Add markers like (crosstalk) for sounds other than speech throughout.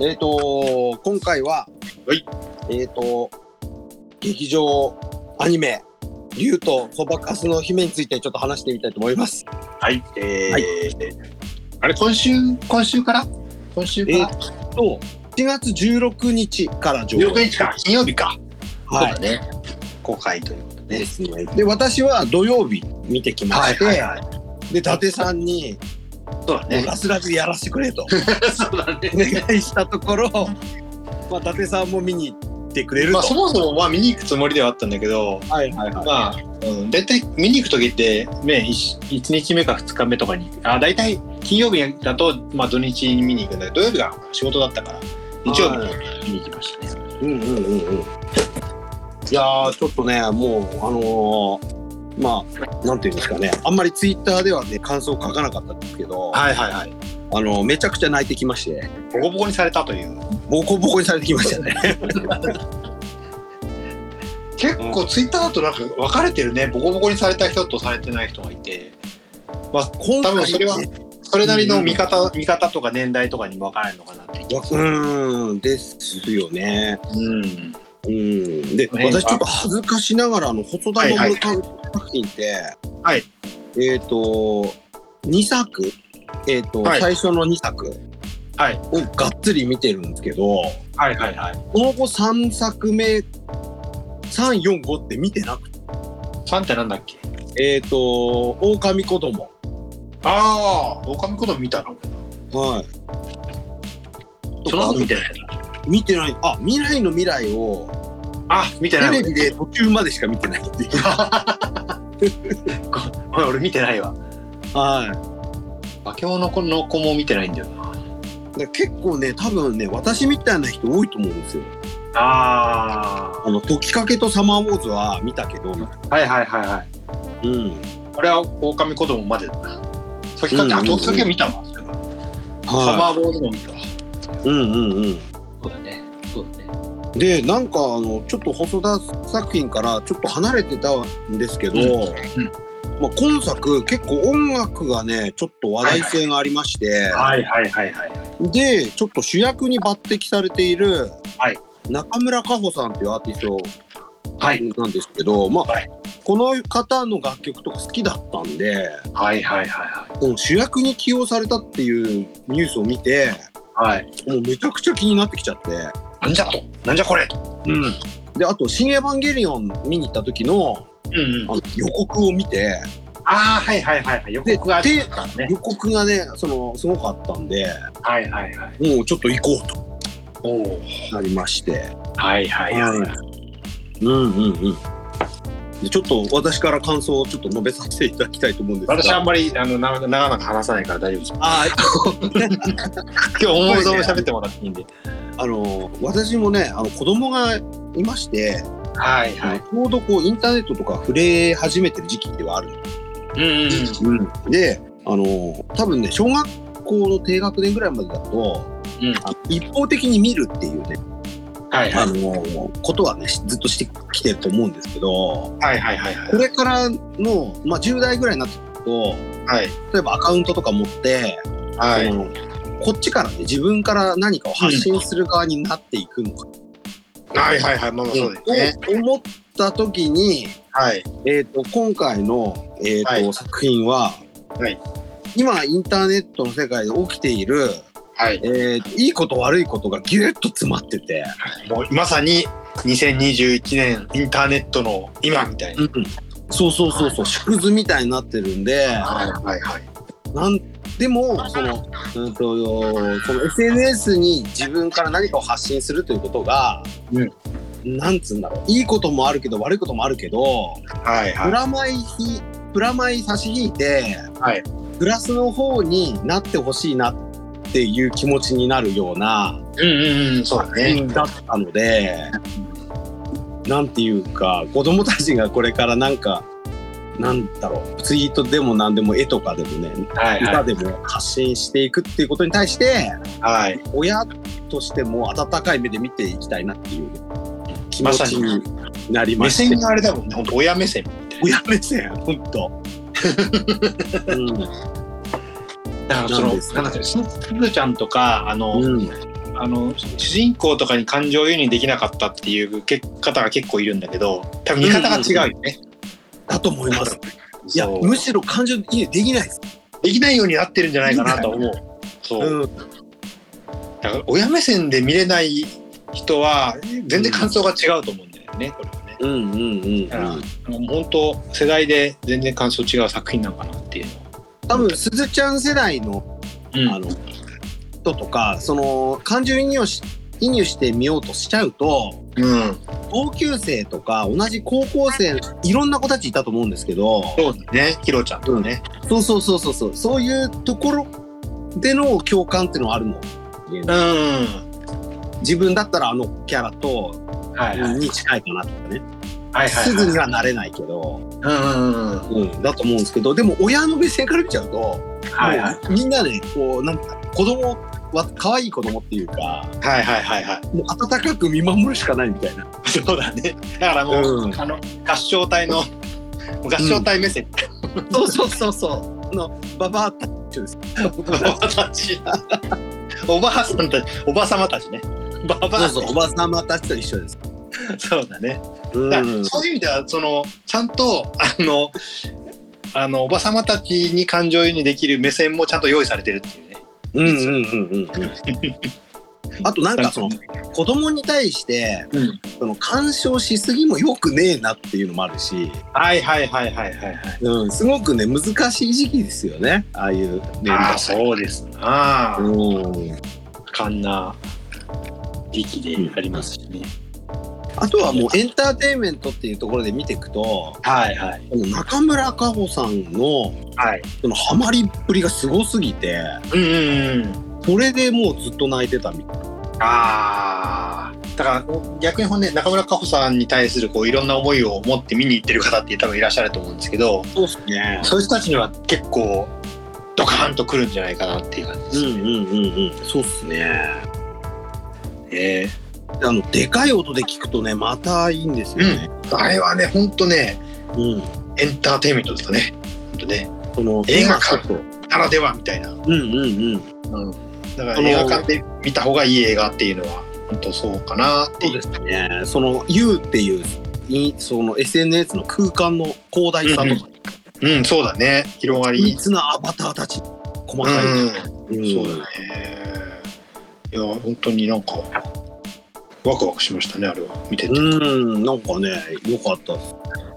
えっ、ー、と、今回は、はいえっ、と、劇場アニメ、竜とそばかすの姫についてちょっと話してみたいと思います。はい、えーはいあれ、今週、今週から今週かえらー、と、7月16日から上映16日か、金曜日か。はいそうだね。公開ということででね。すね。で、私は土曜日見てきまして、はい。で、伊達さんに、そうだもうね。ラスラスやらせてく (laughs) れとそうだねお。願いしたところ、まあ、伊達さんも見に行ってくれるまと。あ、そもそもまあ見に行くつもりではあったんだけど、はいはいはい。まあ、うん、大体見に行く時って、ね、1, 日目か2日目とかにあ大体金曜日だと、まあ、土日に見に行くんだけど土曜日が仕事だったから日曜日に見に行きましたね。うんうんうんうん。いやー、ちょっとね、もう、あのーまあ、なんていうんですかね、あんまりツイッターではね、感想を書かなかったんですけど、はいはいはい。あのめちゃくちゃ泣いてきまして、ボコボコにされたという。ボコボコにされてきました (laughs) ね。結構ツイッターだとなんか分かれてるね。ボコボコにされた人とされてない人がいて、今多分それはそれなりのうん見方、見方とか年代とかにも分かれるのかなって気がすうる。ん、ですよね。うん。うん。で、ね私ちょっと恥ずかしながら、あの、細田はいはい守監督作品って、はいえっ、と、2作、えっ、と、はい最初の2作はいをがっつり見てるんですけど、はいはいはい。この後3作目345って見てなくて3ってなんだっけえっ、ー、と「狼子供ああ、狼子供見たのはいその後見見てない見てないあ未来の未来をあ、見てテないレビで途中までしか見てないっていう俺俺見てないわ (laughs) は化け物の子の子も見てないんだよないで結構ね多分ね私みたいな人多いと思うんですよああの「時かけとサマーウォーズ」は見たけどーはいはいはいはいうん俺は狼子供までだな先かうんけうんあうん時かけ見たわサはマーボールも見たわいうんうんうんそうだねそうだねでなんかあのちょっと細田作品からちょっと離れてたんですけど、うんまあ、今作結構音楽がねちょっと話題性がありまして、はいはいはいはいでちょっと主役に抜擢されている、はい中村佳穂さんっていうアーティストはいなんですけど、まあはいこの方の楽曲とか好きだったんではいはいはいこの主役に起用されたっていうニュースを見てはいはいもうめちゃくちゃ気になってきちゃって。なんじゃとなんじゃこれうんうんであと「新エヴァンゲリオン」見に行った時のうんあの予告を見てああはいはいはいはい予告があったからね予告がねそのすごかったんではいはいはいもうちょっと行こうおおとなりましてはいはいはいはいうんうんうん。でちょっと私から感想をちょっと述べさせていただきたいと思うんですが。私あんまりあの長長々話さないから大丈夫ですあ今日思うぞ喋ってもらっていいんであの私もねあの子供がいまして、はいちょうどこうインターネットとか触れ始めてる時期ではあるんでうんうんうんす、であの多分ね小学校の低学年ぐらいまでだと、うんあの一方的に見るっていうね、はいはあいのことはねしずっとしてきてると思うんですけどはいはいはいはいこれからの、まあ、10代ぐらいになってくるとはい例えばアカウントとか持ってはそいのこっちからね自分から何かを発信する側になっていくのか、はいはいはいまあまあそうですねと思った時に、はいえー、と今回の、えーとはい作品は、はい今インターネットの世界で起きている、はいえーいいこと悪いことがギュッと詰まってて、もうまさに2021年インターネットの今みたいなそうそうそうそう縮図みたいになってるんではいはいはいなんでもその,、うん、とその SNS に自分から何かを発信するということが、うんなんつうんだろういいこともあるけど悪いこともあるけど、はいプはラマイひプラマイ差し引いて、はいプラスの方になってほしいなっていう気持ちになるようないうんうんうんそうだねだったので、なんていうか子供たちがこれからなんかなんだろうツイートでも何でも絵とかでもねはいは歌いでも発信していくっていうことに対してはい親としても温かい目で見ていきたいなっていう気持まちさにになりま目して線があれだもんね本当親目線親目線ほんと。うんだからそなんのなんですだっけすずちゃんとかあのうんああの主人公とかに感情移入できなかったっていうけ方が結構いるんだけど多分見方が違うよね、だと思います。いいや、やむしろ感情移入できないです。できないようになってるんじゃないかなと思うそう、うん。だから親目線で見れない人は全然感想が違うと思うんだよね、これはねうんうんうんだからあの本当世代で全然感想違う作品なのかなっていうのは多分、すずちゃん世代の、うんあの、人とか、その、感情移入し、移入してみようとしちゃうと、うん同級生とか、同じ高校生、いろんな子たちいたと思うんですけど、そうだねヒロちゃんとかね、そうそうそうそうそう、そういうところでの共感っていうのはあるの。うん自分だったらあのキャラとはいはいに近いかなとかね、はいはいすぐにはなれないけど、うんうんうんうん、だと思うんですけどでも親の目線から見ちゃうと、はいはいもうみんなねこうなんか子供は可愛い子供っていうかはいはいはいはいもう温かく見守るしかないみたいなそうだね。だからもう、うんあの合唱隊の合唱隊目線、そうそうそうそうあのババアタッチですおばたち、おばあさんたち、おばさまたちね。ばばそうあそうおば様たちと一緒です、そうだね。うだからそういう意味ではそのちゃんとあのあのおばさまたちに感情移入できる目線もちゃんと用意されてるっていうね。うんうんうんうんうん (laughs) あとなんかその子供に対してうんその干渉しすぎもよくねえなっていうのもあるし、はいはいはいはいはいはい。うん、すごくね難しい時期ですよねああいう年ああ齢そうですな。あうんかんな時期でありますしね。あとはもうエンターテインメントっていうところで見ていくとはいはいこの中村佳穂さんのはい。そのハマりっぷりがすごすぎてうんうんうん。それでもうずっと泣いてたみたいああ。だから逆にほんで中村佳穂さんに対するこういろんな思いを持って見に行ってる方って多分いらっしゃると思うんですけど、そうですねそういう人たちには結構ドカーンとくるんじゃないかなっていう感じでうんすね。うんうんうんそうっすねえであのでかい音で聞くとねまたいいんですよね、ーあれはねほんとねうんエンターテインメントですね。ほんとねこの映画ちょ館っとならではみたいな。うんうんうんだからあの映画館で見た方がいい映画っていうのは本当そうかなっそていうう。ですねその U っていういその SNS の空間の広大さとか、うんそうだね広がいり。つなアバターたち細うかい、んうんそうだね。いや、本当になんか、ワクワクしましたね、あれは。見てて。うん、なんかね、良かったっ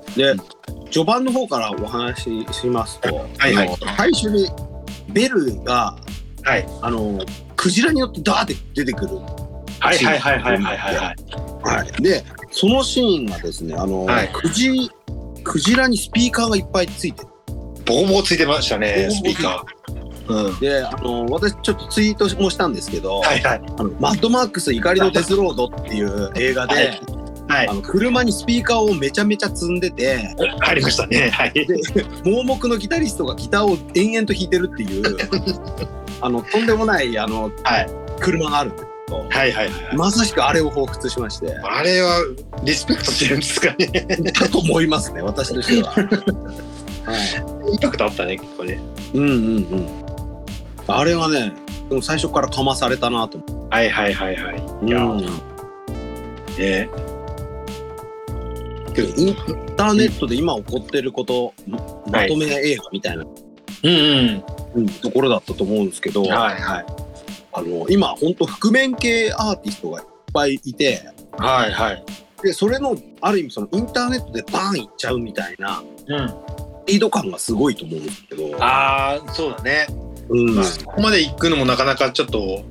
すで、序盤の方からお話ししますと、いはいあの最初にベルが、はいあのクジラによってダーって出てくる、はいはいはい。はいはいはいはいで、そのシーンがですね、あの、はいクジクジラにスピーカーがいっぱいついてボコボコついてましたね、ボコボスコピーカー。うん。であの私ちょっとツイートもしたんですけど、はいはい。あのマッドマックス怒りのデスロードっていう映画で、はいはいあ。の車にスピーカーをめちゃめちゃ積んでて、ありましたね。 (laughs) はい。盲目のギタリストがギターを延々と弾いてるって (laughs) いうあのとんでもないあの、はい車があるんですけどはいはいはい。まさしくあれを彷彿しましてあれはリスペクトしてるんですかね。だと思いますね私としては、はい、 (laughs) インパクトあったね、結構ね。うんうんうんあれはねでも最初からかまされたなと思はいはいはいはうい。いやー、うんね。けどインターネットで今起こってることままとめ映画みたいな、うんうん。うんところだったと思うんですけど、はいはい。あの今本当覆面系アーティストがいっぱいいて、はいはい。でそれのある意味そのインターネットでバーンいっちゃうみたいなうん。スピード感がすごいと思うんですけどああ、そうだね。うんまあそこまで行くのもなかなかちょっと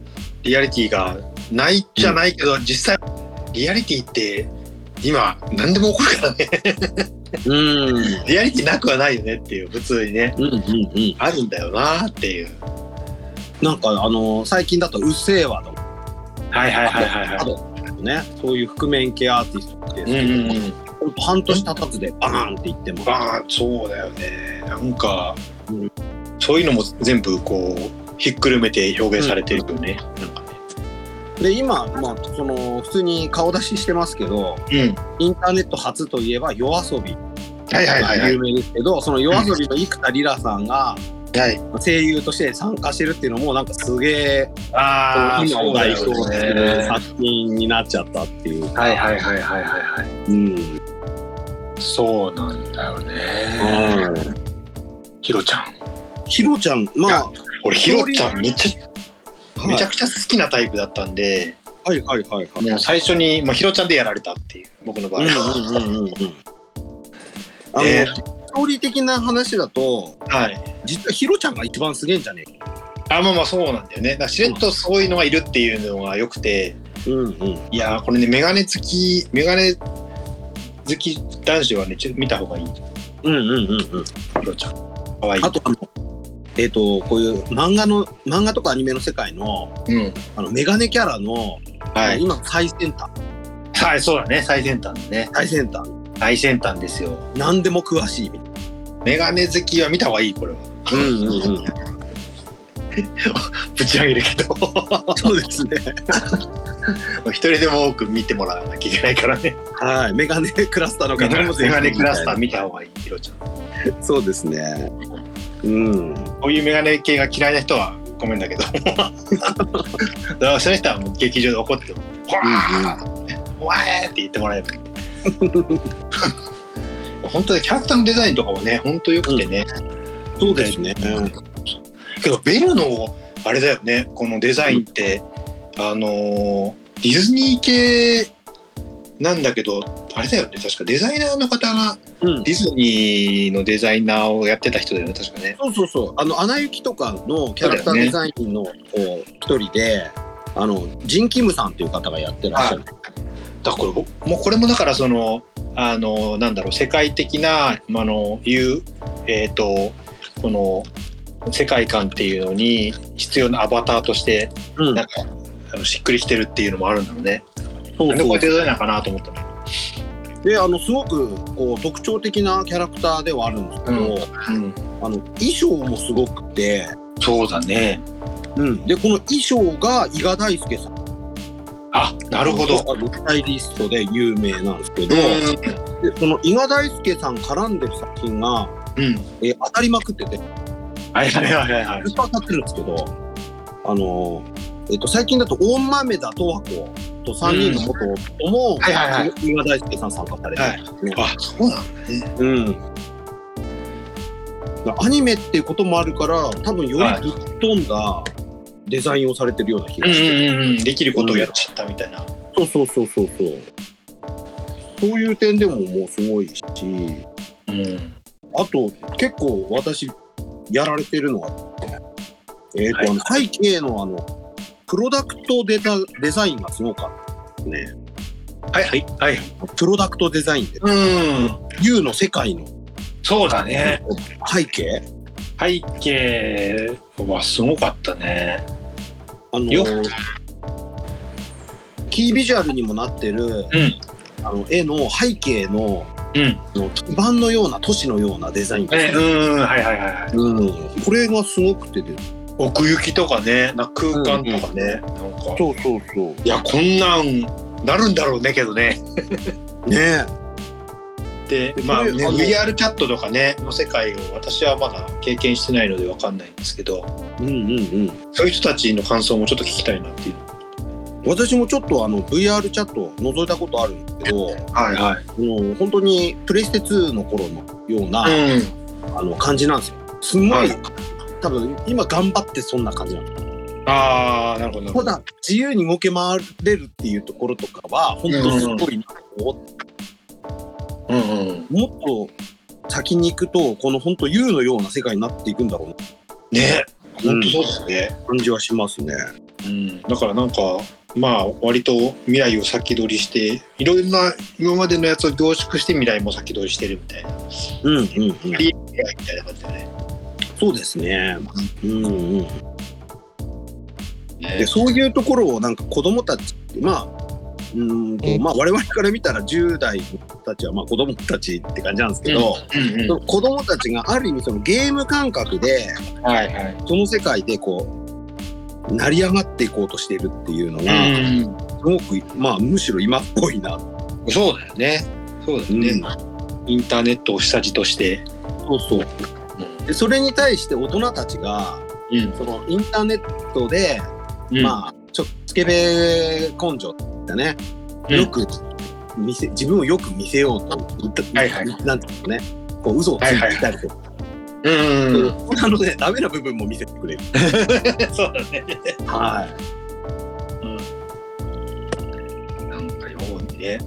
リアリティがないじゃないけど、実際リアリティって今何でも起こるからねうんリアリティなくはないよねっていう普通にねうんうんうんあるんだよなっていうなんかあの最近だと「うっせぇわ」とかはいはいはいはいあはいとねそういう覆面系アーティストって、うんうんうんほんと半年経たずでバーンっていってもああそうだよねなんか、うんそういうのも全部こうひっくるめて表現されてるよね、なんかで今、まあ、その普通に顔出ししてますけどねインターネット初といえば夜遊びうんはいはいはいがはい有名ですけど、その夜遊びの生田リラさんが、はい。声優として参加してるっていうのもなんかすげえああ、今を代表そうすだるよね作品になっちゃったっていうはいはいはいはいはいはい。うん、うん、そうなんだよね。ヒロちゃん。ヒロちゃんまあ俺、ヒロちゃんめっちゃ、めちゃくくちゃ好きなタイプだったんで、はいはいはいはいもう最初に、まあ、ヒロちゃんでやられたっていう、僕の場合は。うんうんうんうんうんあの、えーストーリー的な話だとはい。実はヒロちゃんが一番すげえんじゃねえあ、まあまあそうなんだよね。だからしれっとそういうのがいるっていうのが良くて、うんうんいやー、これね、メガネ好き、メガネ好き男子はね、ちょっと見た方がいい。ヒうんうんうんうんロちゃん。かわいい。あとあのえっ、とこういう漫画の漫画とかアニメの世界のうん。あのメガネキャラの、はい。今最先端はい、そうだね。最先端だね。最先端最先端ですよ。何でも詳しいみたいメガネ好きは見た方がいい、これは。な。うんうんうん。ぶち上げるけど。 (laughs) そうですね。一人でも多く見てもらわなきゃいけないからね。はい、メガネクラスターのメ方もガネクラスターみ見た方がいい、ヒロちゃん。こたいな。そうですね。うん。ういうメガネ系が嫌いな人はごめんだけど。だからそういう人はもう劇場で怒っても、ほらー、お前って言ってもらえばいい。本当にキャラクターのデザインとかもね、本当良くてね。そうですね。けど、ベルのあれだよね、このデザインって、あのーディズニー系なんだけど、あれだよね、確かデザイナーの方がうん。ディズニーのデザイナーをやってた人だよね、確かね。そうそうそう。あの、アナ雪とかのキャラクターデザインのこう一人で、あの、ジン・キムさんっていう方がやってらっしゃる。だからこれもうこれもだからそのあのなんだろう世界的なまああのいうえっ、とこの世界観っていうのに必要なアバターとしてうんなんか、あのしっくりきてるっていうのもあるんだろうね。そうなんでこそうれデザイナーかなと思ったね。で、あの、すごくこう特徴的なキャラクターではあるんですけど、うん、あの、衣装もすごくて、そうだね。うん。で、この衣装が伊賀大輔さん。あなるほど。。スタイリストで有名なんですけど、うでその伊賀大輔さん絡んでる作品が、ん、うん、えー当たりまくってて、はいはいはいはいはいずっと当たってるんですけど、あのーえっと最近だと大豆田十和子と3人の元夫も、はいはいはい伊賀大輔さん参加されて、はい。あそうなんだね。うん。アニメっていうこともあるから、多分よはいりぶっ飛んだデザインをされてるような気うがんうして、んうんうんできることをやっちゃったみたいな。そうそうそうそうそう。そういう点でももうすごいし、うん。あと結構私やられてるのがえっ、と、はいあの背景のあのプロダクトデザデザインがすごかったねはいはいはい。プロダクトデザインでうん。 U の世界のそうだね。背景背景はすごかったね。あのよキービジュアルにもなってる、んあの絵の背景のうん。あの基盤のような都市のようなデザインえ、ですね、うん、はいはいはいはい。うん、これがすごくてで奥行きとかね、なんか空間とかね、なんか。そうそうそういや、こんなんなるんだろうねけどね。ねで、まあ、これね、あの VR チャットとかね、の世界を私はまだ経験してないのでわかんないんですけど、えうんうんうんそういう人たちの感想もちょっと聞きたいなっていう。私もちょっとあの VR チャットを覗いたことあるんですけど、はいはい。もう本当にプレステ2の頃のような、うあの感じなんですよ。すごい、はい多分今頑張ってそんな感じなんですよ。ん。ああ、なるほどなるたほど。だ自由に動け回れるっていうところとかは本当すごいなと思って、うんうん。もっと先に行くとこの本当 U のような世界になっていくんだろうなってね、本当そうですね。感じはしますね。うん、だからなんかまあ割と未来を先取りしていろんな今までのやつを凝縮して未来も先取りしてるみたいなうんうんうん。未来みたいな感じだね。そうですね。うんうん。ねでそういうところをなんか子供たちまあうーんとまあ我々から見たら10代の子たちはまあ子供たちって感じなんですけど、うんその子供たちがある意味そのゲーム感覚でうん、はいはい。その世界でこう成り上がっていこうとしてるっていうのが、すごくまあむしろ今っぽいな、うん、そうだよね。そうだよね。うんインターネットを下地として、そうそううんでそれに対して大人たちがうんそのインターネットで、うんまあちょっとつけべ根性だね、うんよく見せ自分をよく見せようと、はいはいなんていうのねこう嘘をついていたりとか、うんうんうんあのねダメな部分も見せてくれる。 (laughs) そうだねはいなんか多いね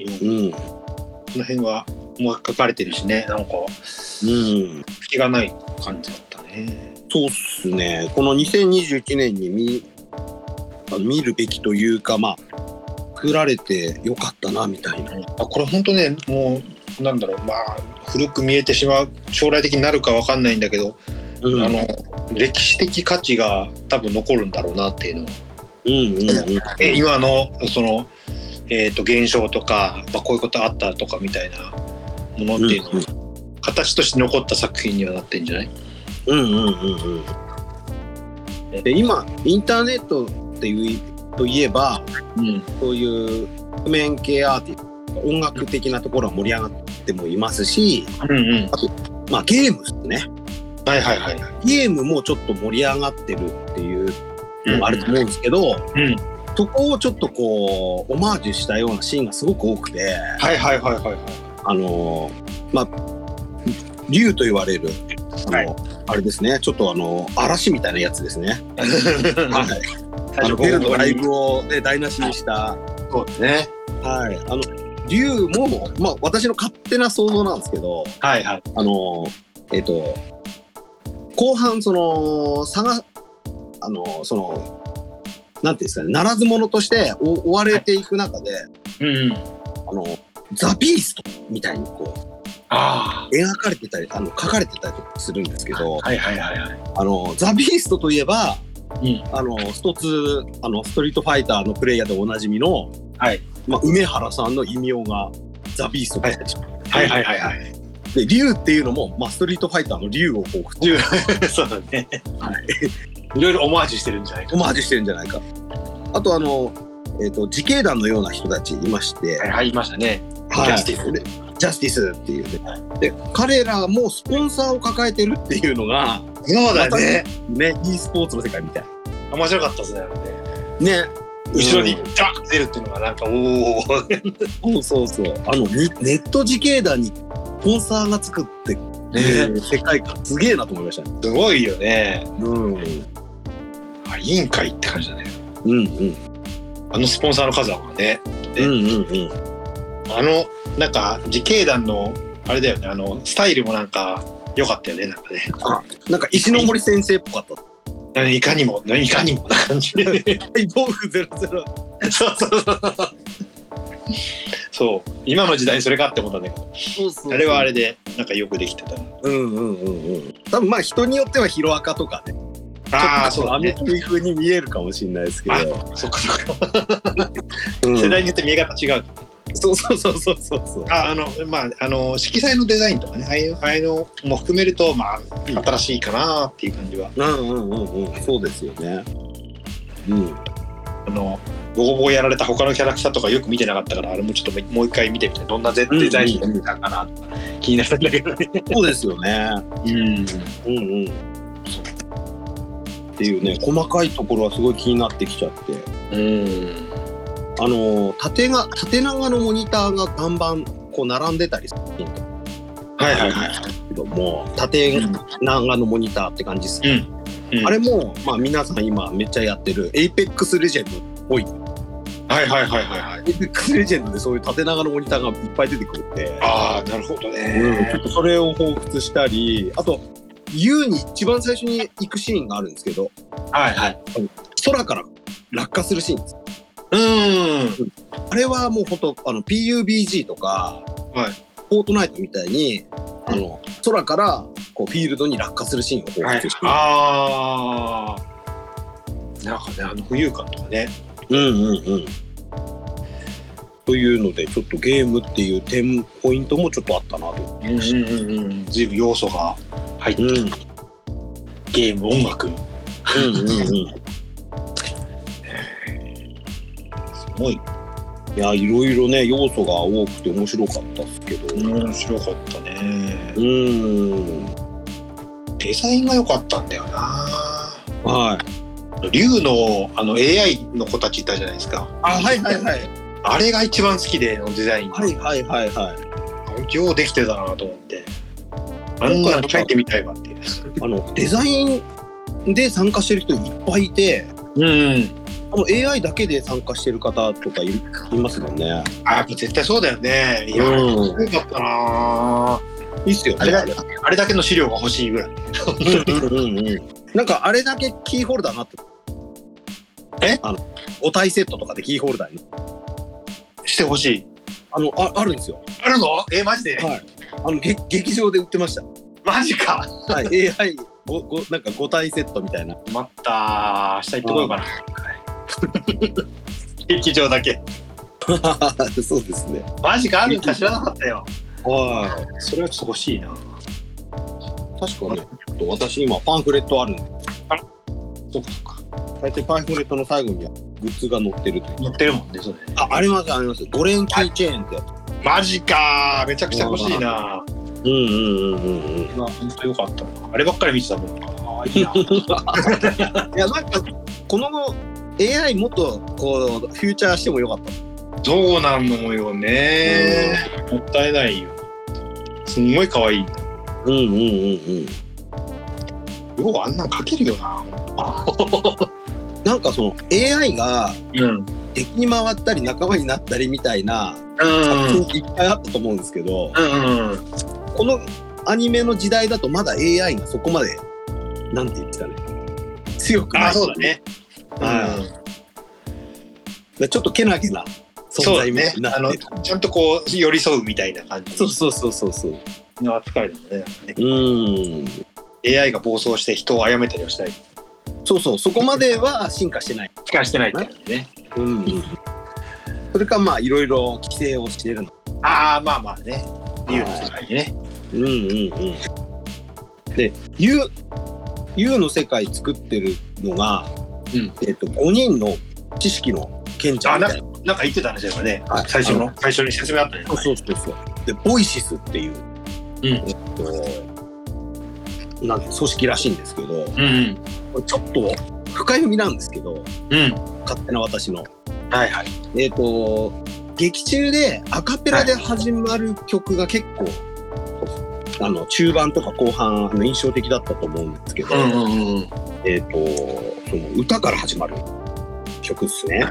うんこの辺はもう書かれてるしねなんかうん、隙がない感じだったねそうっすねこの2021年に見あの見るべきというかまあ作られてよかったなみたいな。あこれ本当ねもうなんだろうまあ古く見えてしまう将来的になるかわかんないんだけど、うんあの歴史的価値が多分残るんだろうなっていうのはうんうんうんえ今のその、えー、と現象とか、まあ、こういうことあったとかみたいなものっていうのは、うん形として残った作品にはなってんじゃないうんうんうんうん。で今インターネットっていうといえばうんそういう譜面系アーティスト音楽的なところは盛り上がってもいますし、うんうんまあ、ゲームですねはいはいはいゲームもちょっと盛り上がってるっていうのもあると思うんですけど、うんそこをちょっとこうオマージュしたようなシーンがすごく多くてはいはいはいはいはいあのまあ竜と言われるあの、はいあれですねちょっとあの嵐みたいなやつですね。ははいいあのベルのライブを、ね、台無しにした、そうですねはい、あの竜も、まあ、私の勝手な想像なんですけどはいはいあのえっ、と後半その差があのそのなんていうんですかねならず者としてお追われていく中で、うんうんあのザ・ビーストみたいにこあう描かれてたりあの書かれてたりするんですけあどはいはいはいはいあのザ・ビーストといえばうんあの一つあのストリートファイターのプレイヤーでおなじみのはいまあ、梅原さんの異名がザ・ビーストだったでしょ。はいはいはいはいで、竜っていうのも、まあ、ストリートファイターの竜をこう、竜そうだねはいいろいろオマージュしてるんじゃないかオマージュしてるんじゃないか。あと、あの、えっ、と、自警団のような人たちいまして、はいはいいましたねはいジャスティスでジャスティスっていうね。で、彼らもスポンサーを抱えてるっていうのが、そうだねね、e スポーツの世界みたい。面白かったですねあれねね。後ろにうんダッ出るっていうのがなんかおおそうそうそう。あの、にネット自警団にスポンサーがつくって、ね、世界観、すげえなと思いましたね。すごいよねうん。あ委員会って感じだねうんうん。あのスポンサーの数はねうんうんうん。あのなんか自警団のあれだよねあのスタイルもなんか良かったよねなんかねあなんか石の森先生っぽかった。何いかにも何いかにもな感じ大防具ゼロゼロ。そうそうそう (laughs) そう今の時代にそれかって思ったんだけどそうそうあれはあれ。でなんかよくできてたうんうんうんうん。多分まあ人によってはヒロアカとかね。ああそうだアメねコミ風に見えるかもしれないですけど。そっかそっかうん世代によって見え方違うそうそうそうそうそうそう。ああのまああの色彩のデザインとかねああいうああいうのも含めるとまあ新しいかなっていう感じはうんうんうんうん。そうですよね。うん。あのボコボコやられた他のキャラクターとかよく見てなかったからあれもちょっともう一回見てみてどんなデデザインが見たかなとか気になるんだけどねそうですよね。うんうんうん。っていうね細かいところはすごい気になってきちゃって。うんあの縦が縦長のモニターが看板こう並んでたりするんですよはいはいはいけども縦長のモニターって感じです、うんあれも、まあ、皆さん今めっちゃやってる APEX レジェンド多いはいはいはいはいはい APEX レジェンドでそういう縦長のモニターがいっぱい出てくるんで、ああなるほどうん、ねちょっとそれを彷彿したりあと U に一番最初に行くシーンがあるんですけどはいはい空から落下するシーンですうんあれはもう本当あの PUBG とか、はいフォートナイトみたいにあの空からこうフィールドに落下するシーンを彷はい彿してる、ああなんかねあの浮遊感とかねうんうんうん。というのでちょっとゲームっていう点ポイントもちょっとあったなと。うんうんうん随分要素が入ってうんるうんゲーム音楽 (laughs) うんうん。いすごいやいろいろね要素が多くて面白かったですけど。面白かったねうん。デザインが良かったんだよなはい。竜のあの AI の子たちいたじゃないですかあ、はいはいはい。あれが一番好きでのデザインが、はいはいはいはい。ようできてたなと思ってあの子なんか書いてみたいわっていうあの、デザインで参加してる人いっぱいいて、うんあの AI だけで参加してる方とかいいますもんね。あやっぱ絶対そうだよねいやうんすごかったないいっすよね。あれだあれだけの資料が欲しいぐらいうんうんうん。なんかあれだけキーホルダーになってえあの、お体セットとかでキーホルダーに。してほしいあの、ああるんですよ。あるのえマジではい。あの、げ劇場で売ってました。マジか (laughs) はい。AI、ご、ご、なんか5体セットみたいな。待った明日行ってこようかな劇場だけ (laughs) そうですね。マジかあるんか知らなかったよは。それはちょっと欲しいない確かね、ちょっと私今パンフレットあるんで。あそうかそうか。大体パンフレットの最後にはグッズが載ってるという。乗ってるもんねそれあ、ありますあります。5連キーチェーンってやつ。マジかめちゃくちゃ欲しいなうんうんうんうんうん。まあ本当よかったなあればっかり見てたもんああいいないやなんかこの AI もっとこうフューチャーしてもよかった。そうなのよねもったいないよすんごい可愛いうんうんうんようあんなん描けるよなうん。なんかその AI がうん敵に回ったり仲間になったりみたいな作品っていっぱいあったと思うんですけど、うんうんこのアニメの時代だとまだ AI がそこまでなんて言うんですかね強くない。あそうだ。ねうんちょっとけなげな存そうだ在ねになあのってる。ちゃんとこう寄り添うみたいな感じそうそうそうそうそう。の扱いだもうんねん。 AI が暴走して人を殺めたりはしたりそうそうそこまでは進化してない。しかしてないって感じねうん。それかまあいろいろ規制をしてるの。ああまあまあね言うの世界にねうんうんうん。で、U、U の世界作ってるのが、うんえっと、5人の知識の賢者みたいな。なんか言ってたねそういえばねはい最初あの最初に説明あったねのそうそうそう。で、ボイシスっていう、うんえっと、なんて組織らしいんですけど、うんうんこれちょっと深読みなんですけど、うん勝手な私の。はいはいえっ、と、劇中でアカペラで始まる曲が結構、あの、中盤とか後半、あの印象的だったと思うんですけど、うんうんえっ、と、その歌から始まる曲ですね。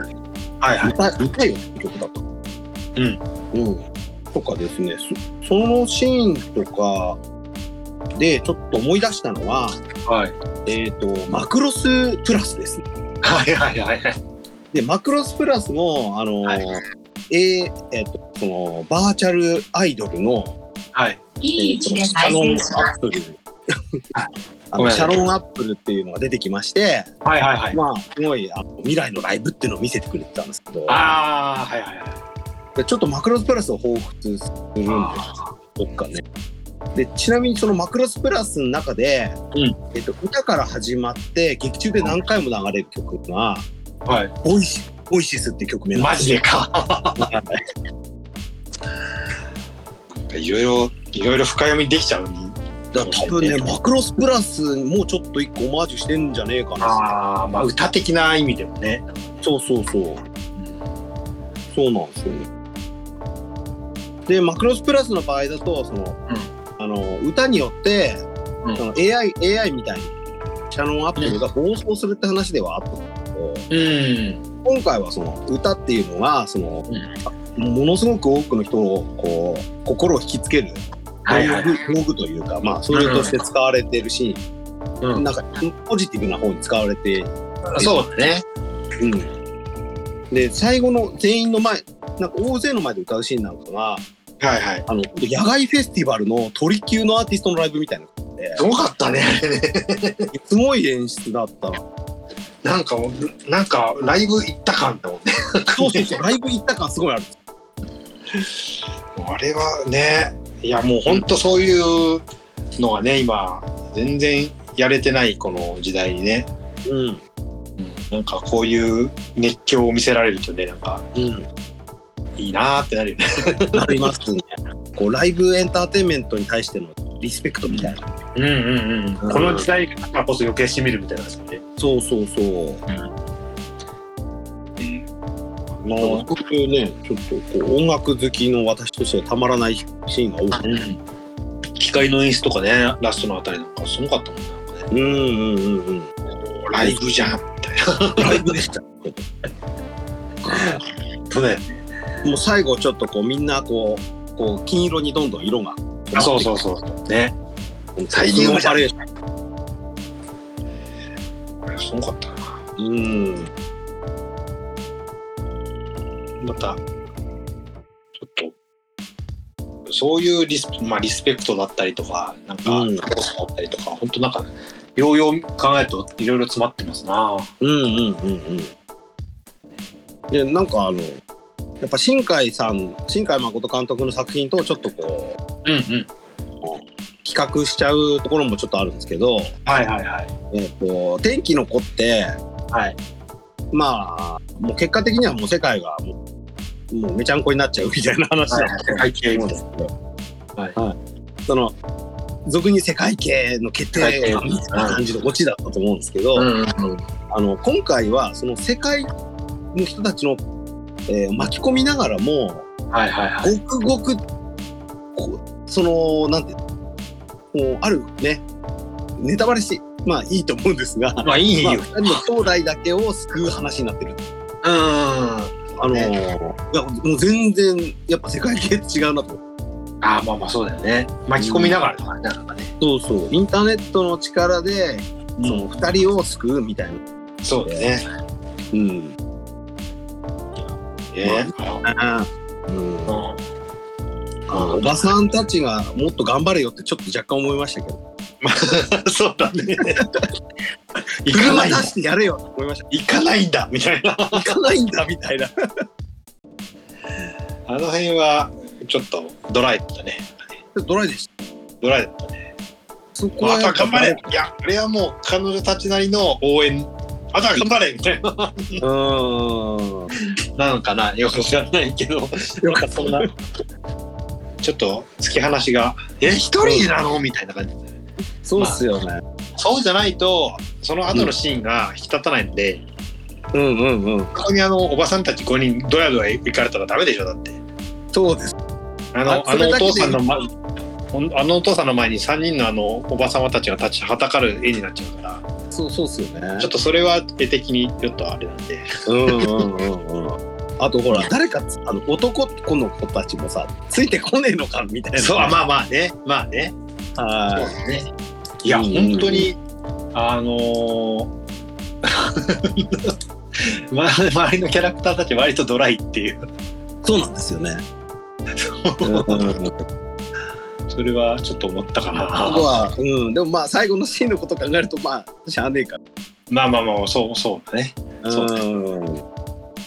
はいはい歌、歌よ、曲だと。うん。うん。とかですね、そそのシーンとかでちょっと思い出したのは、はいえっ、と、マクロスプラスですね。はいはいはいはいで、マクロスプラスも、あのーはいえーえっ、と、その、バーチャルアイドルの、はいえいいー位と置でシャ再ロン生しまアす。ップル。あごのめんシャロンアップルっていうのが出てきまして、はいはいはいまあ、すごいあの未来のライブっていうのを見せてくれてたんですけど、ああはいはいはいでちょっとマクロスプラスを彷彿するんですどっかね。でちなみにそのマクロスプラスの中で、うんえっと、歌から始まって劇中で何回も流れる曲がはい「ボイシボイシス」っていう曲名なんマですジで (laughs) かいろいろいろいろ深読みできちゃうにだから多分ねマクロスプラスもうちょっと一個オマージュしてんじゃねえかなああまあ歌的な意味でもねそうそうそうそうなんですよねでマクロスプラスの場合だとその、あの歌によって、うんその AI, AI みたいにシャノン・アップルが暴走するって話ではあったんですけど、うん今回はその歌っていうのがその、ものすごく多くの人のこう心を引きつけるはいはい道具道具というか、まあ、それとして使われてるし、うんなんかポジティブな方に使われて、そうだねうん、で最後の全員の前なんか大勢の前で歌うシーンなんかがはいはいあの野外フェスティバルの鳥級のアーティストのライブみたいな感じですごかったねあれねすごい演出だったななんかもうなんかライブ行った感だもんねそうそうそうライブ行った感すごいあるあれはねいやもうほんとそういうのがね今全然やれてないこの時代にねうんなんかこういう熱狂を見せられるとねなんかうんいいなーってなるよね。なりますね。こうライブエンターテインメントに対してのリスペクトみたいな。うんうんうん。この時代からこそ余計しみるみたいなですよね。そうそうそう。まあ、うんそういうね、ちょっとこう音楽好きの私としてはたまらないシーンが多い。機械の演出とかね、ラストのあたりなんかすごかったもんねなんかね。うんうんうんうん。ライブじゃんみたいライブでした。な。ね、もう最後ちょっとこうみんなこう、こう金色にどんどん色が。あそうそうそう。ね。最近のバレエ。これすごかったな。うん。また、ちょっと、そういうリス,、まあ、リスペクトだったりとか、なんか、うん高さだったりとか、本当なんか、ようよう考えるといろいろ詰まってますな。うんうんうんうん。で、なんかあの、やっぱ新海さん、新海誠監督の作品とちょっとこう、うんうん。比較しちゃうところもちょっとあるんですけど、はいはいはい。えっと、天気の子って、はい。まあ、もう結果的にはもう世界がもう、もうめちゃんこになっちゃうみたいな話だとはい、世界系思うんみでたいすけど、はいその、俗に世界系の決定世界系みたいな感じのオチだったと思うんですけど、な。うんうん。あの、今回はその世界の人たちの、えー巻き込みながらも、はいはいはい。ごくごく、こうその、なんていうの、もうあるね、ネタバレして、まあいいと思うんですが、まあいいまあ、よ。 2人の兄弟だけを救う話になってる。うん。あのーいやもう全然やっぱ世界系って違うなとああ、まあまあそうだよね。巻き込みながらだからね、なんかね。そうそうインターネットの力でその2人を救うみたいな、そうだよね。うんえあうんーうんおばさんたちがもっと頑張れよってちょっと若干思いましたけどそうだね。 (laughs) 行か車ない出んだ。してやれよって思いました行かないんだみたいな。行かないんだみたいなあの辺はちょっとドライだったね。ドライでしたドライだったね。そこあはとやっはぱ頑張れいや、あれはもう彼女たちなりの応援。あとは頑張れみたいな。うなのかなよく知らないけど。んよかったそんなちょっと突き放しが、え、一人なのみたいな感じ。そうっすよね、そうじゃないと、その後のシーンが引き立たないんで、うんうんうんここにあのおばさんたち5人ドヤドヤ行かれたらダメでしょだってそうですあのああそれのおだけで父さんの、ま、ほんあのお父さんの前に3人のあのおば様たちが立ちはたかる絵になっちゃうからそうそうっすよねちょっとそれは絵的にちょっとあれなんでうんうんうんうんあとほら誰かつあの男の子の子たちもさついてこねえのかみたいなそうあまあまあねまあねそうはだねいやうん本当にあのー (laughs) ま周りのキャラクターたち割とドライっていういそうなんですよねそれはちょっと思ったかあなとは、うん、でもまあ最後のシーンのこと考えるとまあしゃあねえかまあまあまあそうそうだねらそううん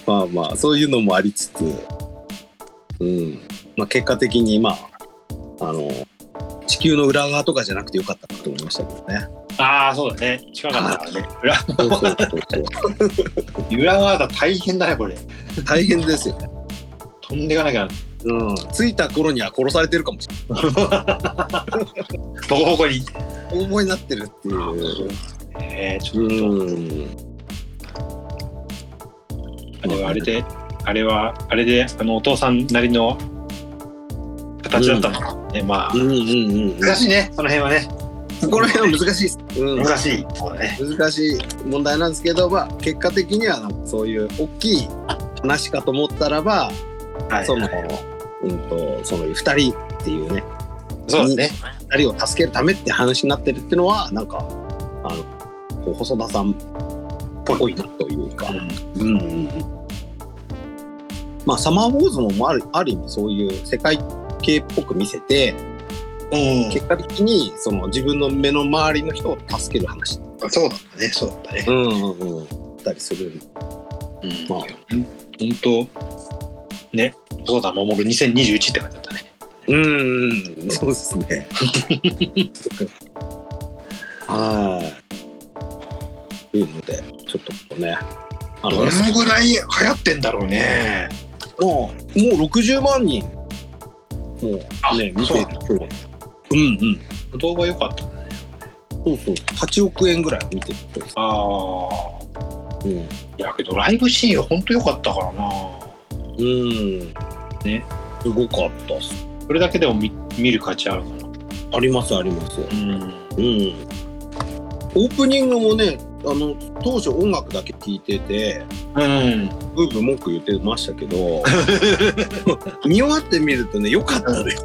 まあまあそういうのもありつつ、うんまあ、結果的にまああの地球の裏側とかじゃなくてよかったなと思いましたけどね。ああそうだね近かったからね (laughs) 裏そうそうそうそう裏側だ大変だねこれ大変ですよね。飛んでいかなきゃうん、着いた頃には殺されてるかもしれない。ボコボコに大声になってるっていう。えー、ちょっと、うん。あれはあれであれはあれであのお父さんなりの形だったのか、ねまあうんうんうん。難しいねその辺はねここら辺は難しいです。うん。難しいそうだね難しい問題なんですけど、まあ、結果的にはなんかそういう大きい話かと思ったらば、はいそそうの、うんと、その2人っていうね、だね2人を助けるためって話になってるっていうのは、なんか、あの、こう細田さんっぽいなというか、うんうんうん。まあ、サマーウォーズもまああるある意味そういう世界系っぽく見せて、うん結果的にその自分の目の周りの人を助ける話そうだったねそうだったねうんうんうんたりするうんまあ本当ねそうだ守る2021って感じだったねうんうんうんそうです (laughs) ねはいというのでちょっとねあのぐらい流行ってんだろうねあ、もう60万人、もうあね、見そてうなる人がうんうん。動画良かった。そうそう。8億円ぐらい見てる人です。ああ。うん。いやけどライブシーン本当良かったからな。うん。ね。すごかったっす。それだけでも見見る価値あるかな。ありますあります。うん。うん。オープニングもね、あの、当初音楽だけ聴いてて、うん。ブーブー文句言ってましたけ (laughs) ど、見終わってみるとね、良かったです。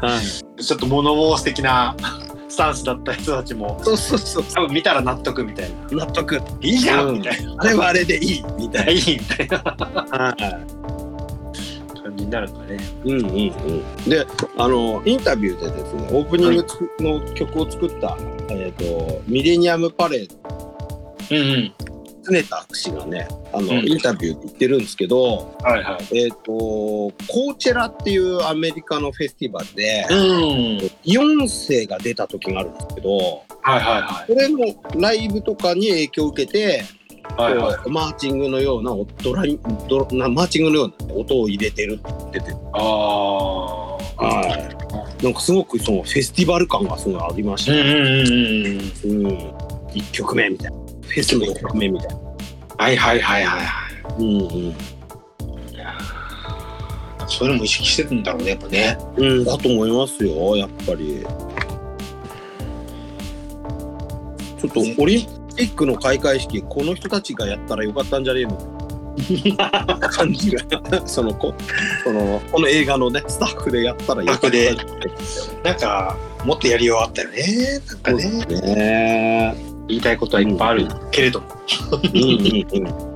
はい。ちょっと物申す的な (laughs) スタンスだった人たちもそうそうそう。多分見たら納得みたいな。納得。いいじゃん、うんみたいな。あれはあれでいいみたいいいみたいなな。はい。感じになるのかね。うんうんうん。で、あの、インタビューでですね、オープニングつくの曲を作った、えっ、と、ミレニアムパレードうんうん。常田氏がねあの、うんインタビューで言ってるんですけど、はいはい。えー、とコーチェラっていうアメリカのフェスティバルで、うん。ビヨンセが出た時があるんですけどこはいはいはれい。のライブとかに影響を受けて、はいはい。こうマーチングのような音ドライドラなマーチングのような音を入れてるって言ってて、ああ。はい、なんかすごくそのフェスティバル感がすごいありましうたんうね、んうんうん。うん1曲目みたいなフェスの1曲目みたいな。はいはいはいはいはうんうんいいやー。そういうのも意識してるんだろうね、やっぱね。うん、だと思いますよ、やっぱり。ちょっとねオリンピックの開会式、この人たちがやったらよかったんじゃねえ (laughs) の感じが、そのこそのこの映画のね、スタッフでやったらよかったんじゃねなんか、もっとやりようあったよね。なんかえね。のね言いたいことはいっぱいあるけれども、うんうん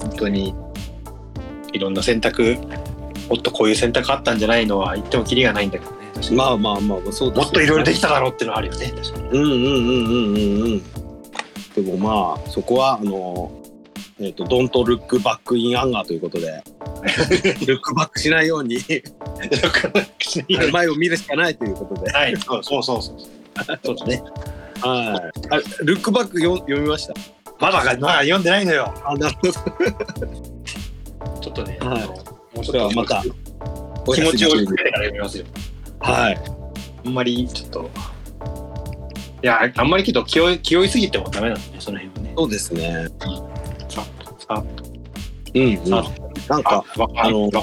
本当にいろんな選択もっとこういう選択あったんじゃないのは言ってもキリがないんだけどねうんまあまあまあ、そうですよねもっといろいろできただろうっていうのはあるよね確かにうんうんうんうんうんうん。でもまあ、そこは、あの、えっ、と、ドントルックバックインアンガーということ (laughs) で、ルックバックしないように、前を見るしかないということで。はい (laughs) そうそうそうそうそうだねはい。あルックバックよ読みました。まだかまだ読んでないのよあ、なるほど。ちょっとね、はいあのもうちでょはっとまた気持ちをお落やすち着みけてから読みますよはい。あんまりちょっといやあんまりけど気負い気負いすぎてもダメなんだねその辺はねそうですね。ささうん、うん。さなんあか、わかあんのわかん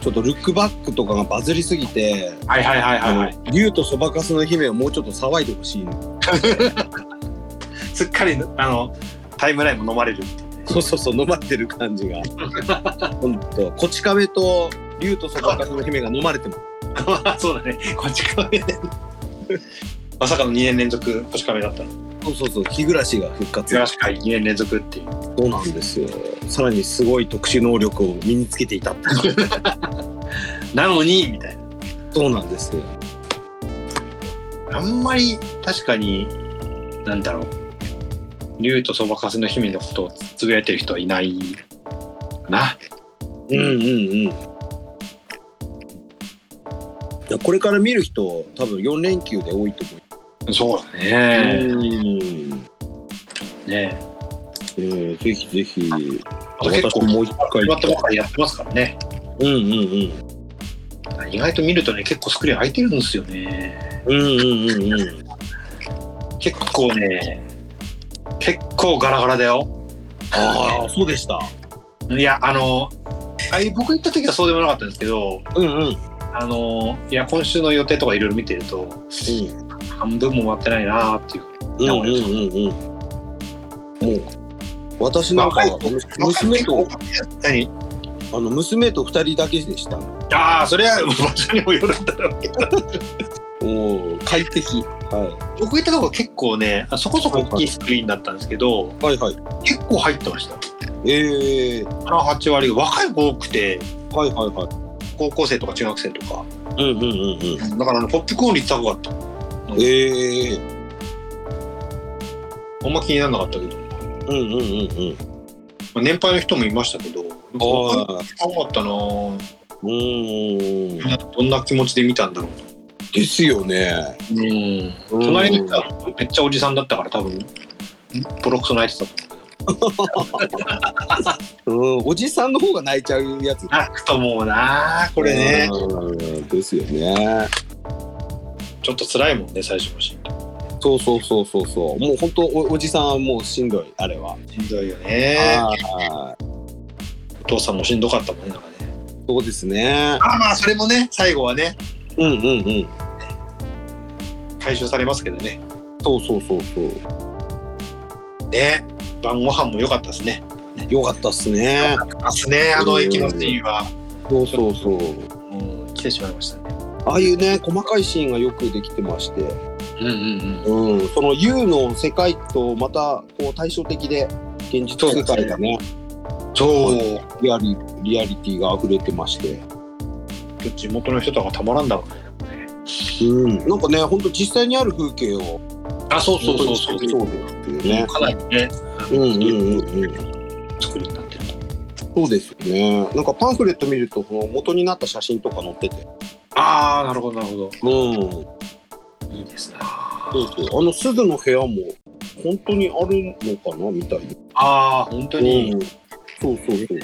ちょっとルックバックとかがバズりすぎて、はいはいはいはいはいあの竜とそばかすの姫をもうちょっと騒いでほしい。すっかりあのタイムラインも飲まれるそうそうそう、飲まれてる感じ (laughs) が。本当、こち亀と竜とそばかすの姫が飲まれても。そうだね、こっち亀で。まさかの2年連続、こっち亀だったの。そうそうそう、日暮らしが復活。確かに2年連続っていう。そうなんですよ。さらにすごい特殊能力を身につけていたっていう。なのに、みたいな。そうなんですよ。あんまり、確かに、なんだろう。竜とそばかすの姫のことをつぶやいてる人はいないかな。うんうんうん。いやこれから見る人多分4連休で多いと思そうだう。ね。うん。ねえーぜひぜひ。あと結構、もう一回始まったばっかりやってますからね。うんうんうん。意外と見るとね、結構スクリーン空いてるんですよね。うんうんうんうん。結構ね、結構ガラガラだよ。ああ、そうでした。いや、あの、あい僕行った時はそうでもなかったんですけど、うんうん。うん。あの、いや、今週の予定とかいろいろ見てると、半分も終わってないなーっていう。うんうんうんうん。もう、私なんか若い子娘と、何あの、娘と二人だけでした。ああ、それは場所にもよるんだろうけど。おお、快適。は僕行ったとこ結構ね、あそこそこ大きいスクリーンだったんですけど、い。はいはい。結構入ってました。ええー。 7、8割、若い子多くて、はいはいはい。高校生とか中学生とか。うんうんうんうん。だからあの、ポップコーン率高かった。ええー。あんま気にならなかったけど。うんうんうんうん。まあ年配の人もいましたけど、若いああ、子多かったなーうーん。どんな気持ちで見たんだろうですよね。うん、隣の人はめっちゃおじさんだったから多分ボロクソ泣いてたと思ううん、おじさんの方が泣いちゃうやつ。泣くと思うなこれねうん。ですよね。ちょっと辛いもんね最初のシーンそうそうそうそうそう。もう本当おおじさんはもうしんどいあれは。しんどいよねはい。お父さんもしんどかったもんねなんかねそうですね。あまあそれもね最後はねうんうんうん。回収されますけどねそうそうそうそう。ね晩ご飯も良かったですねよかったっすね。あすねあの駅のシーンは、そうそうそう。うん、来てしまいましたねああいうね細かいシーンがよくできてまして、うんうんうん、その U の世界とまたこう対照的で現実世界がねうんそうリアリリアリティが溢れてまして。地元の人とかたまらんだろうねうん、なんかね、本当実際にある風景を。あそうそうですっていうね。かなりね、うんうんうんうん。作りになってるそうですよね。なんかパンフレット見ると、この元になった写真とか載ってて。ああなるほどなるうほどん。そいいですねうそう。あの鈴の部屋も。本当にあるのかなみたいああ本当に、に。うん。そうそうそう。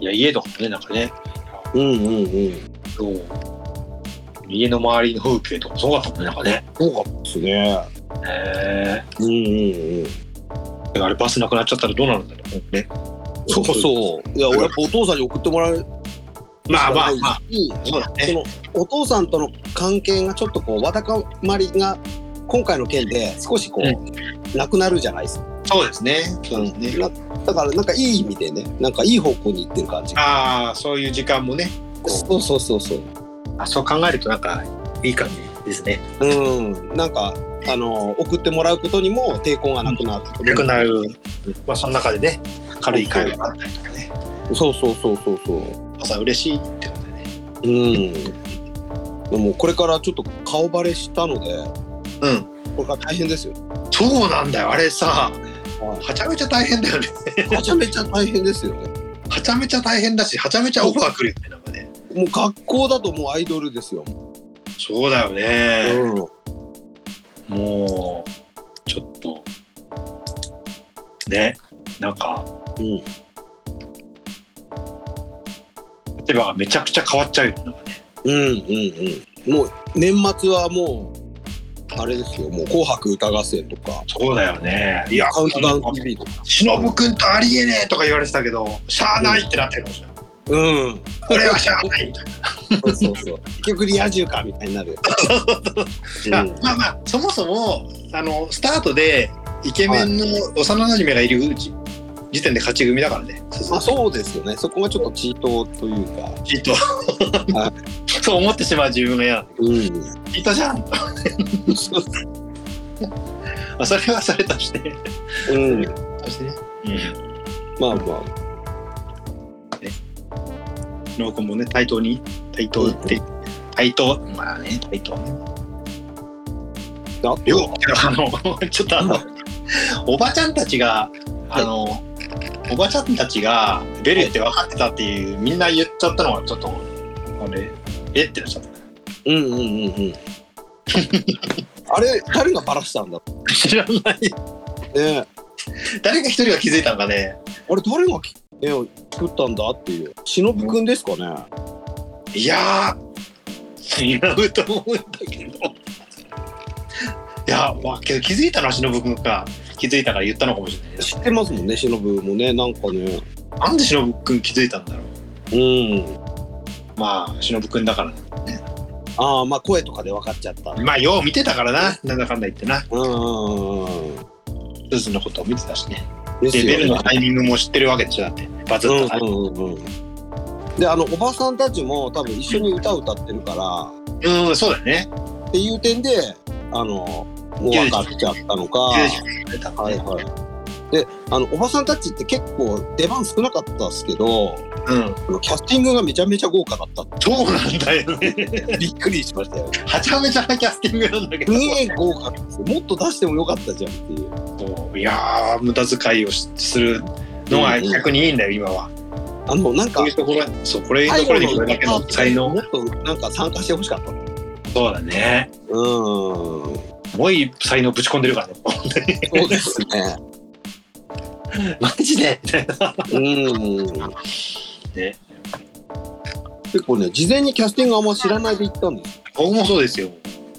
いや家とかもねなんかねうんうんうん。そう家の周りの風景とかすごかったもんねなんかねそうかったですね。へえうんうんうん。あれバスなくなっちゃったらどうなるんだろうねそうそう。いや、俺やっぱお父さんに送ってもらう。まあまあまあいいそうだねそのお父さんとの関係がちょっとこうわだかまりが今回の件で少しこう、なくなるじゃないですか、そうですねそうですね、なだからなんかいい意味でねなんかいい方向に行ってる感じああそういう時間もねそうそうそうそうあそう考えるとなんかいい感じですねうんなんかあの送ってもらうことにも抵抗がなくなる、なくなる、まあ、その中でね軽い会話があったりとかねそうそうそうそうそ朝嬉しいってことでねううんでもこれからちょっと顔バレしたのでうんこれから大変 (laughs) ですよそうなんだよあれさははちゃめちゃ大変だよねめちゃめちゃ大変ですよねはちゃめちゃ大変だしはちゃめちゃオファー来るよねなんかねもう学校だともうアイドルですよ、そうだよね、うんもうちょっとねなんかうん立場がめちゃくちゃ変わっちゃうよねなんかねうんうんうん。もう年末はもうあれですよ。もう紅白歌合戦とかそうだよねいやカウントダウン TV とか。忍君とありえねえとか言われてたけどしゃあないってなってるかもしれないうん。これはしゃあないみたいなそうそうそう。結局リア充かみたいになる。あまあまあそもそもあのスタートでイケメンの幼なじみがいるうち時点で勝ち組だからね。まあそうですよね。そこがちょっとチートというか。きっとそう思ってしまう自分が嫌なんだうん。きっとじゃんまあそれはそれとしてうん。としてねまあまあ。ノーコンもね対等に対等って、対等まあね対等ねあようあのちょっとあのおばちゃんたちがあの、おばちゃんたちが出るって分かってたっていうみんな言っちゃったのはちょっとあれえってなっちゃった (laughs) うんうんうんうん。 (laughs) あれ誰がバラしたんだろ知らないうね。誰か一人が気づいたのかねあれ誰が絵を作ったんだっていう。忍くんですかね。いやー違うと思うんだけどいやまあけど気づいたのは忍君か気づいたから言ったのかもしれない知ってますもんね。忍もね。なんかね。なんで忍君気づいたんだろううん。まあ忍君だからねああまあ声とかで分かっちゃった。まあよう見てたからななんだかんだ言ってなうん。スズのことを見てたしねででベルのね。タイミングも知ってるわけでしょだってバズうっんた、うんうんうん。であのおばさんたちも多分一緒に歌を歌ってるから、そうだよねっていう点であのもう分かっちゃったのか。ははいはい。であのおばさんたちって結構出番少なかったですけどうん、あのキャスティングがめちゃめちゃ豪華だったっそうなんだよねてびっくりしましたよ。はちゃめちゃなキャスティングなんだけすどげえ豪華ですよもっと出してもよかったじゃんっていう。そういやー無駄遣いをしするのが逆にいいんだよ今はあのなんかこういうところそうこれところにこれだけの才能もっとなんか参加してほしかった。そうだねうん。すごい才能ぶち込んでるからねそうですね。 (laughs) マジでみたいな。うん。 (laughs) ね結構ね、事前にキャスティングあんま知らないで行ったんです僕もそうですよ。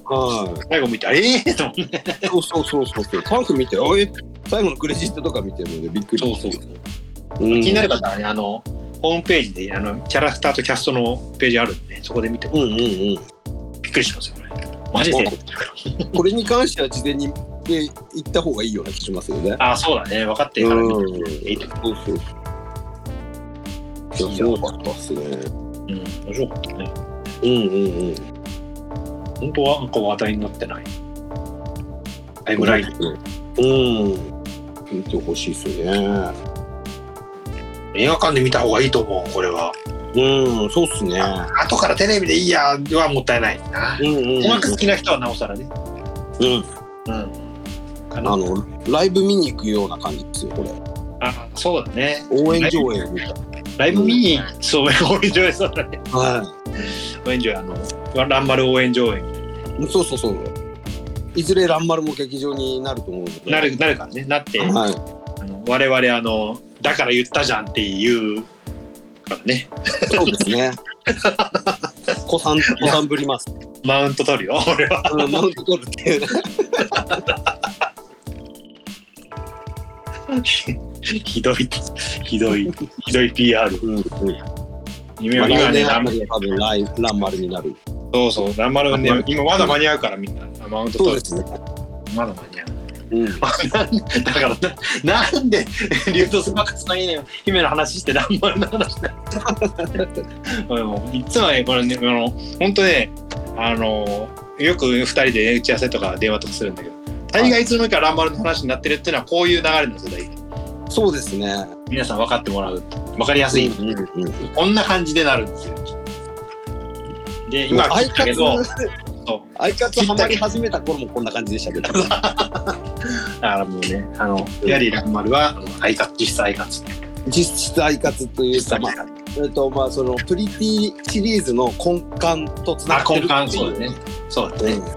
は最後見て、ええー、と思って。い。そうそうそうそうそう。パンク見て、あえ最後のクレジットとか見てるのでびっくり。うん気になる方はね、あの、ホームページで、あの、キャラクターとキャストのページあるんで、そこで見てうもんうんうん。びっくりしますよね。マジで。これに関しては事前にで行った方がいいような気しますよね。あ、そうだね。分かってから見ていいと思そうそうそう。いや、そうだったっすね。う。うん、面白かったね。うんうんうん。本当はなんか話題になってない。タイムライン。うん。見てほしいっすね。映画館で見た方がいいと思う、これは。うん、そうっすね。後からテレビでいいやではもったいないな。うんうん、音楽好きな人はなおさらね。うん。うん。かなあの、ライブ見に行くような感じですよ、これ。あ、そうだね。応援上映みたいライブ見に、そう、応援上映そうだね。な。は応援上映、あの、ランマル応援上映い。そうそうそう。いずれランマルも劇場になると思うので。なる、なるからね。なって、はい。あの我々、あの、だから言ったじゃんっていうからね。そうですね。子さん、子さんぶります。マウント取るよ、 (laughs) 俺は。うんマウント取るっていうね。ひどい、ひどい、ひどい PR。うんうん。夢まあは今来ね、年ラあンたりは多分ライランマルになる。そうそう、ランマルはねランマル、今まだ間に合うからみんな、マウント取る。すね。まだ間に合う。うん。だからな、なんで、リュウトスマックスのいいね、姫の話して、ランマルの話だ。俺もういつもね、これね、あの、本当ね、あの、よく二人で打ち合わせとか電話とかするんだけど、大概いつの間にかランマルの話になってるっていうのは、こういう流れなんですよ、大体そうですね。皆さん分かってもらう。分かりやすい。うんうんうん。こんな感じでなるんですよ。で、今ア聞イいカたけツど、だ、アイカツハマり始めた頃もこんな感じでしたけど。からもうね、あの、やはりランマルは、あのアイカツ、実際アイカツ。 (laughs) 実質アイカツとい実うか、際まあ、えっと、まあ、その、プリティシリーズの根幹とつながあ、って根るっていう。幹、そうだね。そうだね。うん。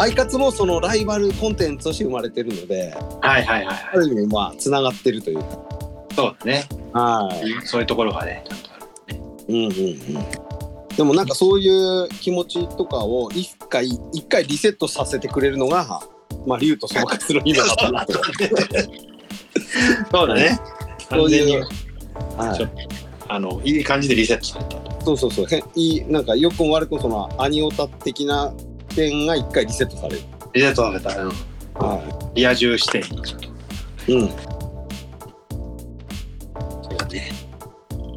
アイカツもそのライバルコンテンツとして生まれてるので、はいはいはいはある意味、まあ、つながってるというか。い。そうだね。はい。そういうところがね、ちゃんとある。うんうんうん、でもなんかそういう気持ちとかを一回一回リセットさせてくれるのが、まあ、竜と相関する意味だったなと。そうだね。そ (laughs) 完う全いにう、はちいょ、あの、いい感じでリセットされたと。そうそうそうへんいいなんかよくも悪くもそのアニオタ的な点が一回リセットされる。リセットされた。うん。はリア充視点にちょっと。いうん、そうだね。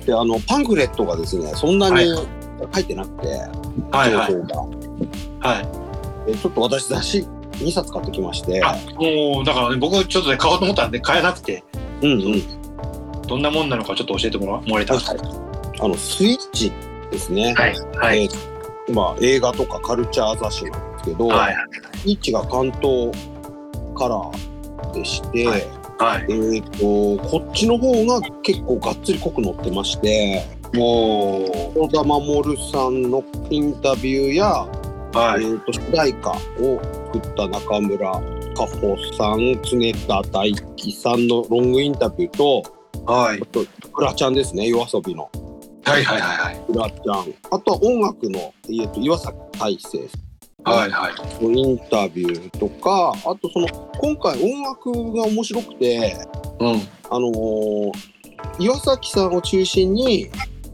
であのパンフレットがですねそんなには入ってなくて、はいはい情。報はがでちょっと私雑誌2冊買ってきましてい。、あ、もう、だからね、僕ちょっとね、買おうと思ったんで、買えなくて、うんうん、どんなもんなのかちょっと教えてもらもらえたら。はあのスイッチですね、い。はい。えーまあ、映画とかカルチャー雑誌なんですけど、はい。位置が関東カラーでして、はいはい。えー、とこっちの方が結構がっつり濃く載ってましても小田守さんのインタビューや、う、はいえ。ー、と主題歌を作った中村佳穂さん常田大樹さんのロングインタビューとはい。クラちゃんですね夜遊びのはいはいはいクラちゃんあとは音楽の、えー、と岩崎大成はい。はいはい。インタビューとかあとその今回音楽が面白くてうん。あのー岩崎さんを中心に、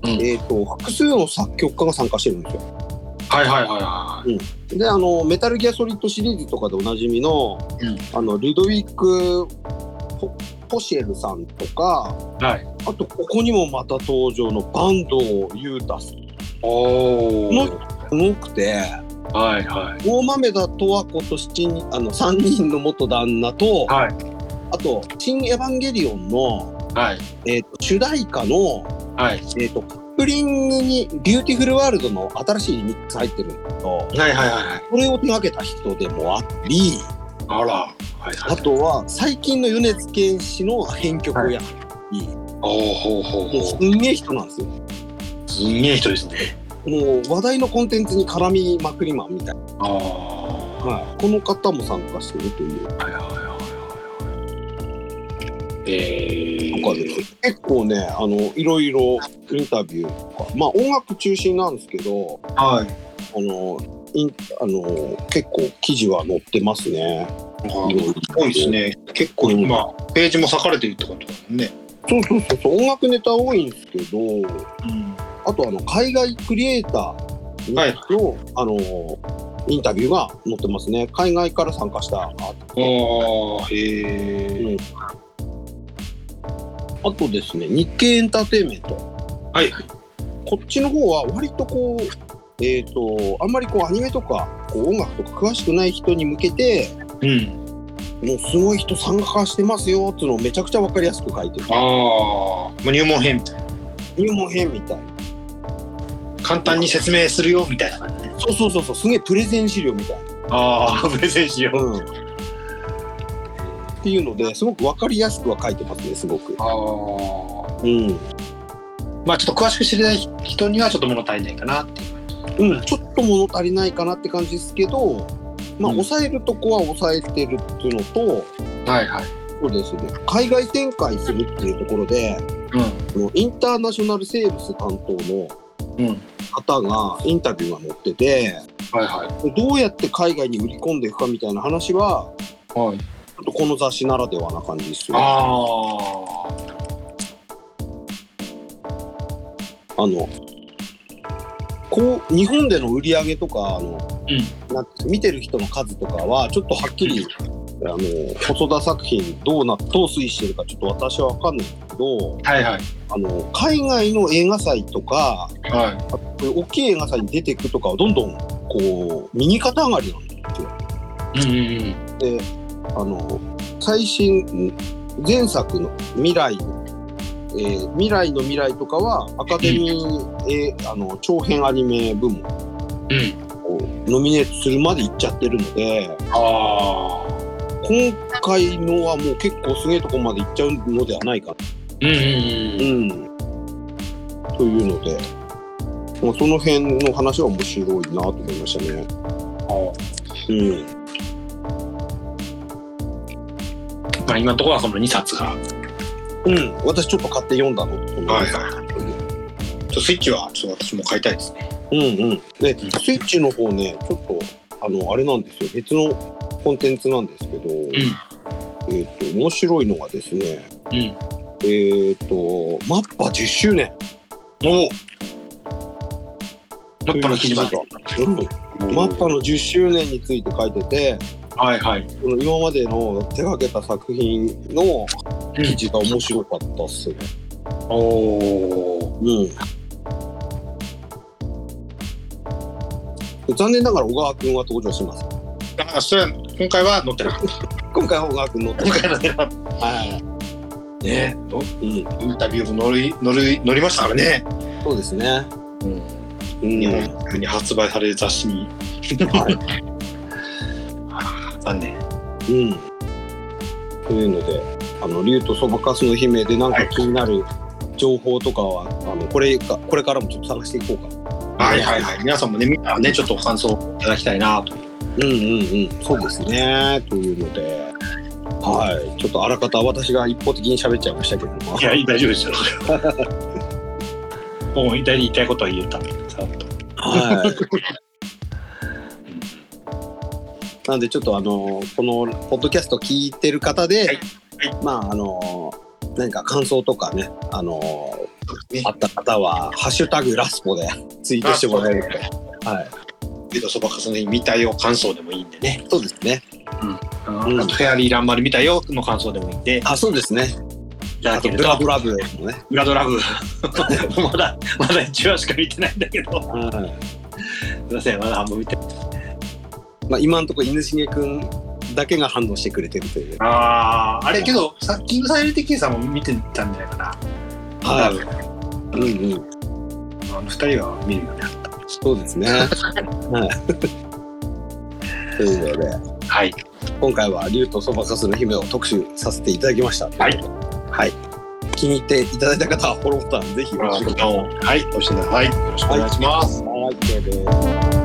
うんえー、と複数の作曲家が参加してるんですよ。はいはいはいはであのメタルギアソリッドシリーズとかでおなじみの,、うんあのルドウィック・ポポシエルさんとか、はいあとここにもまた登場の坂東裕太さんい。おも多ー。くてはいはい。大豆田十和子と七人あの3人の元旦那と、はい。あと「新エヴァンゲリオンの」はい。えーと主題歌の、はい。えーとカップリングに「ビューティフルワールド」の新しいリミックス入ってるんだけどはいはいはいはい。これを手掛けた人でもありあら。はいはあい。とは最近の米津玄師の編曲をやったり、おおほうほうもうすほんげえ人なんですよ。う。すんげえ人ですね。もう話題のコンテンツに絡みまくりマンみたいな、ああ。ははいこの方も参加してるといういはいはいはえとかで、結構ね、あの、いろいろインタビューとか、まあ音楽中心なんですけど、はい。あの、インあの結構記事は載ってますね。すごいですね。結構今、ページも裂かれてるってことだもんね。そうそうそうそう、音楽ネタ多いんですけど、うん。あとあの海外クリエイターの、はいあのインタビューが載ってますね。海外から参加した。あああ、へえ。あとですね、日経エンターテインメント。はい。こっちの方は割とこう、えっ、と、あんまりこうアニメとか、こう音楽とか詳しくない人に向けて、うん。もうすごい人参加してますよっていうのをめちゃくちゃわかりやすく書いてるあ。あ、もう入門編みたいな。入門編みたいな。簡単に説明するよみたいな感じね。そうそうそうそう、すげえプレゼン資料みたいな。ああ、プレゼンしようん。っていうので、すごくわかりやすくは書いてますね、すごく。う。ああ。うん。まあちょっと詳しく知りたい人にはちょっと物足りないかなっていう感じ。うん、ちょっと物足りないかなって感じですけど、まあ、うん抑えるとこは抑えてるっていうのと、はいはい。そうですね、海外展開するっていうところで、このインターナショナルセールス担当のうん。うん。方がインタビューが載ってて、はいはどうやって海外に売り込んでいくかみたいな話は、い。はい。ちょっとこの雑誌ならではな感じですよ。あああ。のこう日本での売り上げとかあの、なんて見てる人の数とかはちょっとはっきりあの細田作品どうなどう推移してるかちょっと私は分かんないんですけどはいはい。あの海外の映画祭とかはい。あこういう大きい映画祭に出ていくとかはどんどんこう右肩上がりなんですよ。うんうんうん。であの最新前作の「未来」えー未来の未来」とかはアカデミー、えーあの長編アニメ部門うん。をノミネートするまで行っちゃってるので。ああ。今回のはもう結構すげえとこまで行っちゃうのではないかな。うんうんうん。ん。というので、まあ、その辺の話は面白いなと思いましたね。うん。まあ今のところはその2冊が。うん。私ちょっと買って読んだの。はいちょっとスイッチはちょっと私も買いたいですね。うんうん。で、スイッチの方ね、ちょっと、あの、あれなんですよ。別のコンテンツなんですけど、えっ、と、面白いのがですね、うん。えっ、と、マッパ10周年。おおマッパの記事まで。うんマッパの10周年について書いてて、はいはい。その今までの手がけた作品の記事が面白かったっすね。おおうん。残念ながら小川くんは登場します。あ、それは今回は載ってなかった。今回は小川くん乗って今回は載ってなかっはた。ねい。うん。インタビューも載り、載り、載りましたからね。そうですね。ううん。ん。日本に発売される雑誌に。 (laughs) は残念。い。うん。というので、あの、竜とそばかすの姫でなんか気になる情報とかは、あの、これか、これからもちょっと探していこうか。はいはいはい。皆さんもね、みんなね、ちょっと感想いただきたいなと。うんうんうん、そうですね。というので、はい、ちょっとあらかた私が一方的に喋っちゃいましたけども、いや、大丈夫ですよ。 (laughs) もう大体言いたいことは言えた。さっとはい、なんでちょっとあのこのポッドキャスト聞いてる方で、はいまああの何か感想とかね、あのあった方はハッシュタグラスポでツイートしてもらえるので、はい、けどそばかすの見たよ感想でもいいんでね、そうですね。あとフェアリーランマル見たよの感想でもいいんでいあ、そうですね。たあだとブけるとラブラブもね。裏ドラ (laughs) ブまだまだ1話しか見てないんだけどはい。すいませんまだ半分見てないまあ今のところ犬重くんだけが反応してくれてるという。あーあれけどさっきのサイレンテキーさんも見てたんじゃないかなはい多う分んうん。あの2人は見るよねそうですね。はい。ということで、はい今回は竜とそばかすの姫を特集させていただきました。はいはい。気に入っていただいた方はフォローボタンぜひよろしくお願いしはい押してくださいよろしくお願いしまます。す、はい、OK です。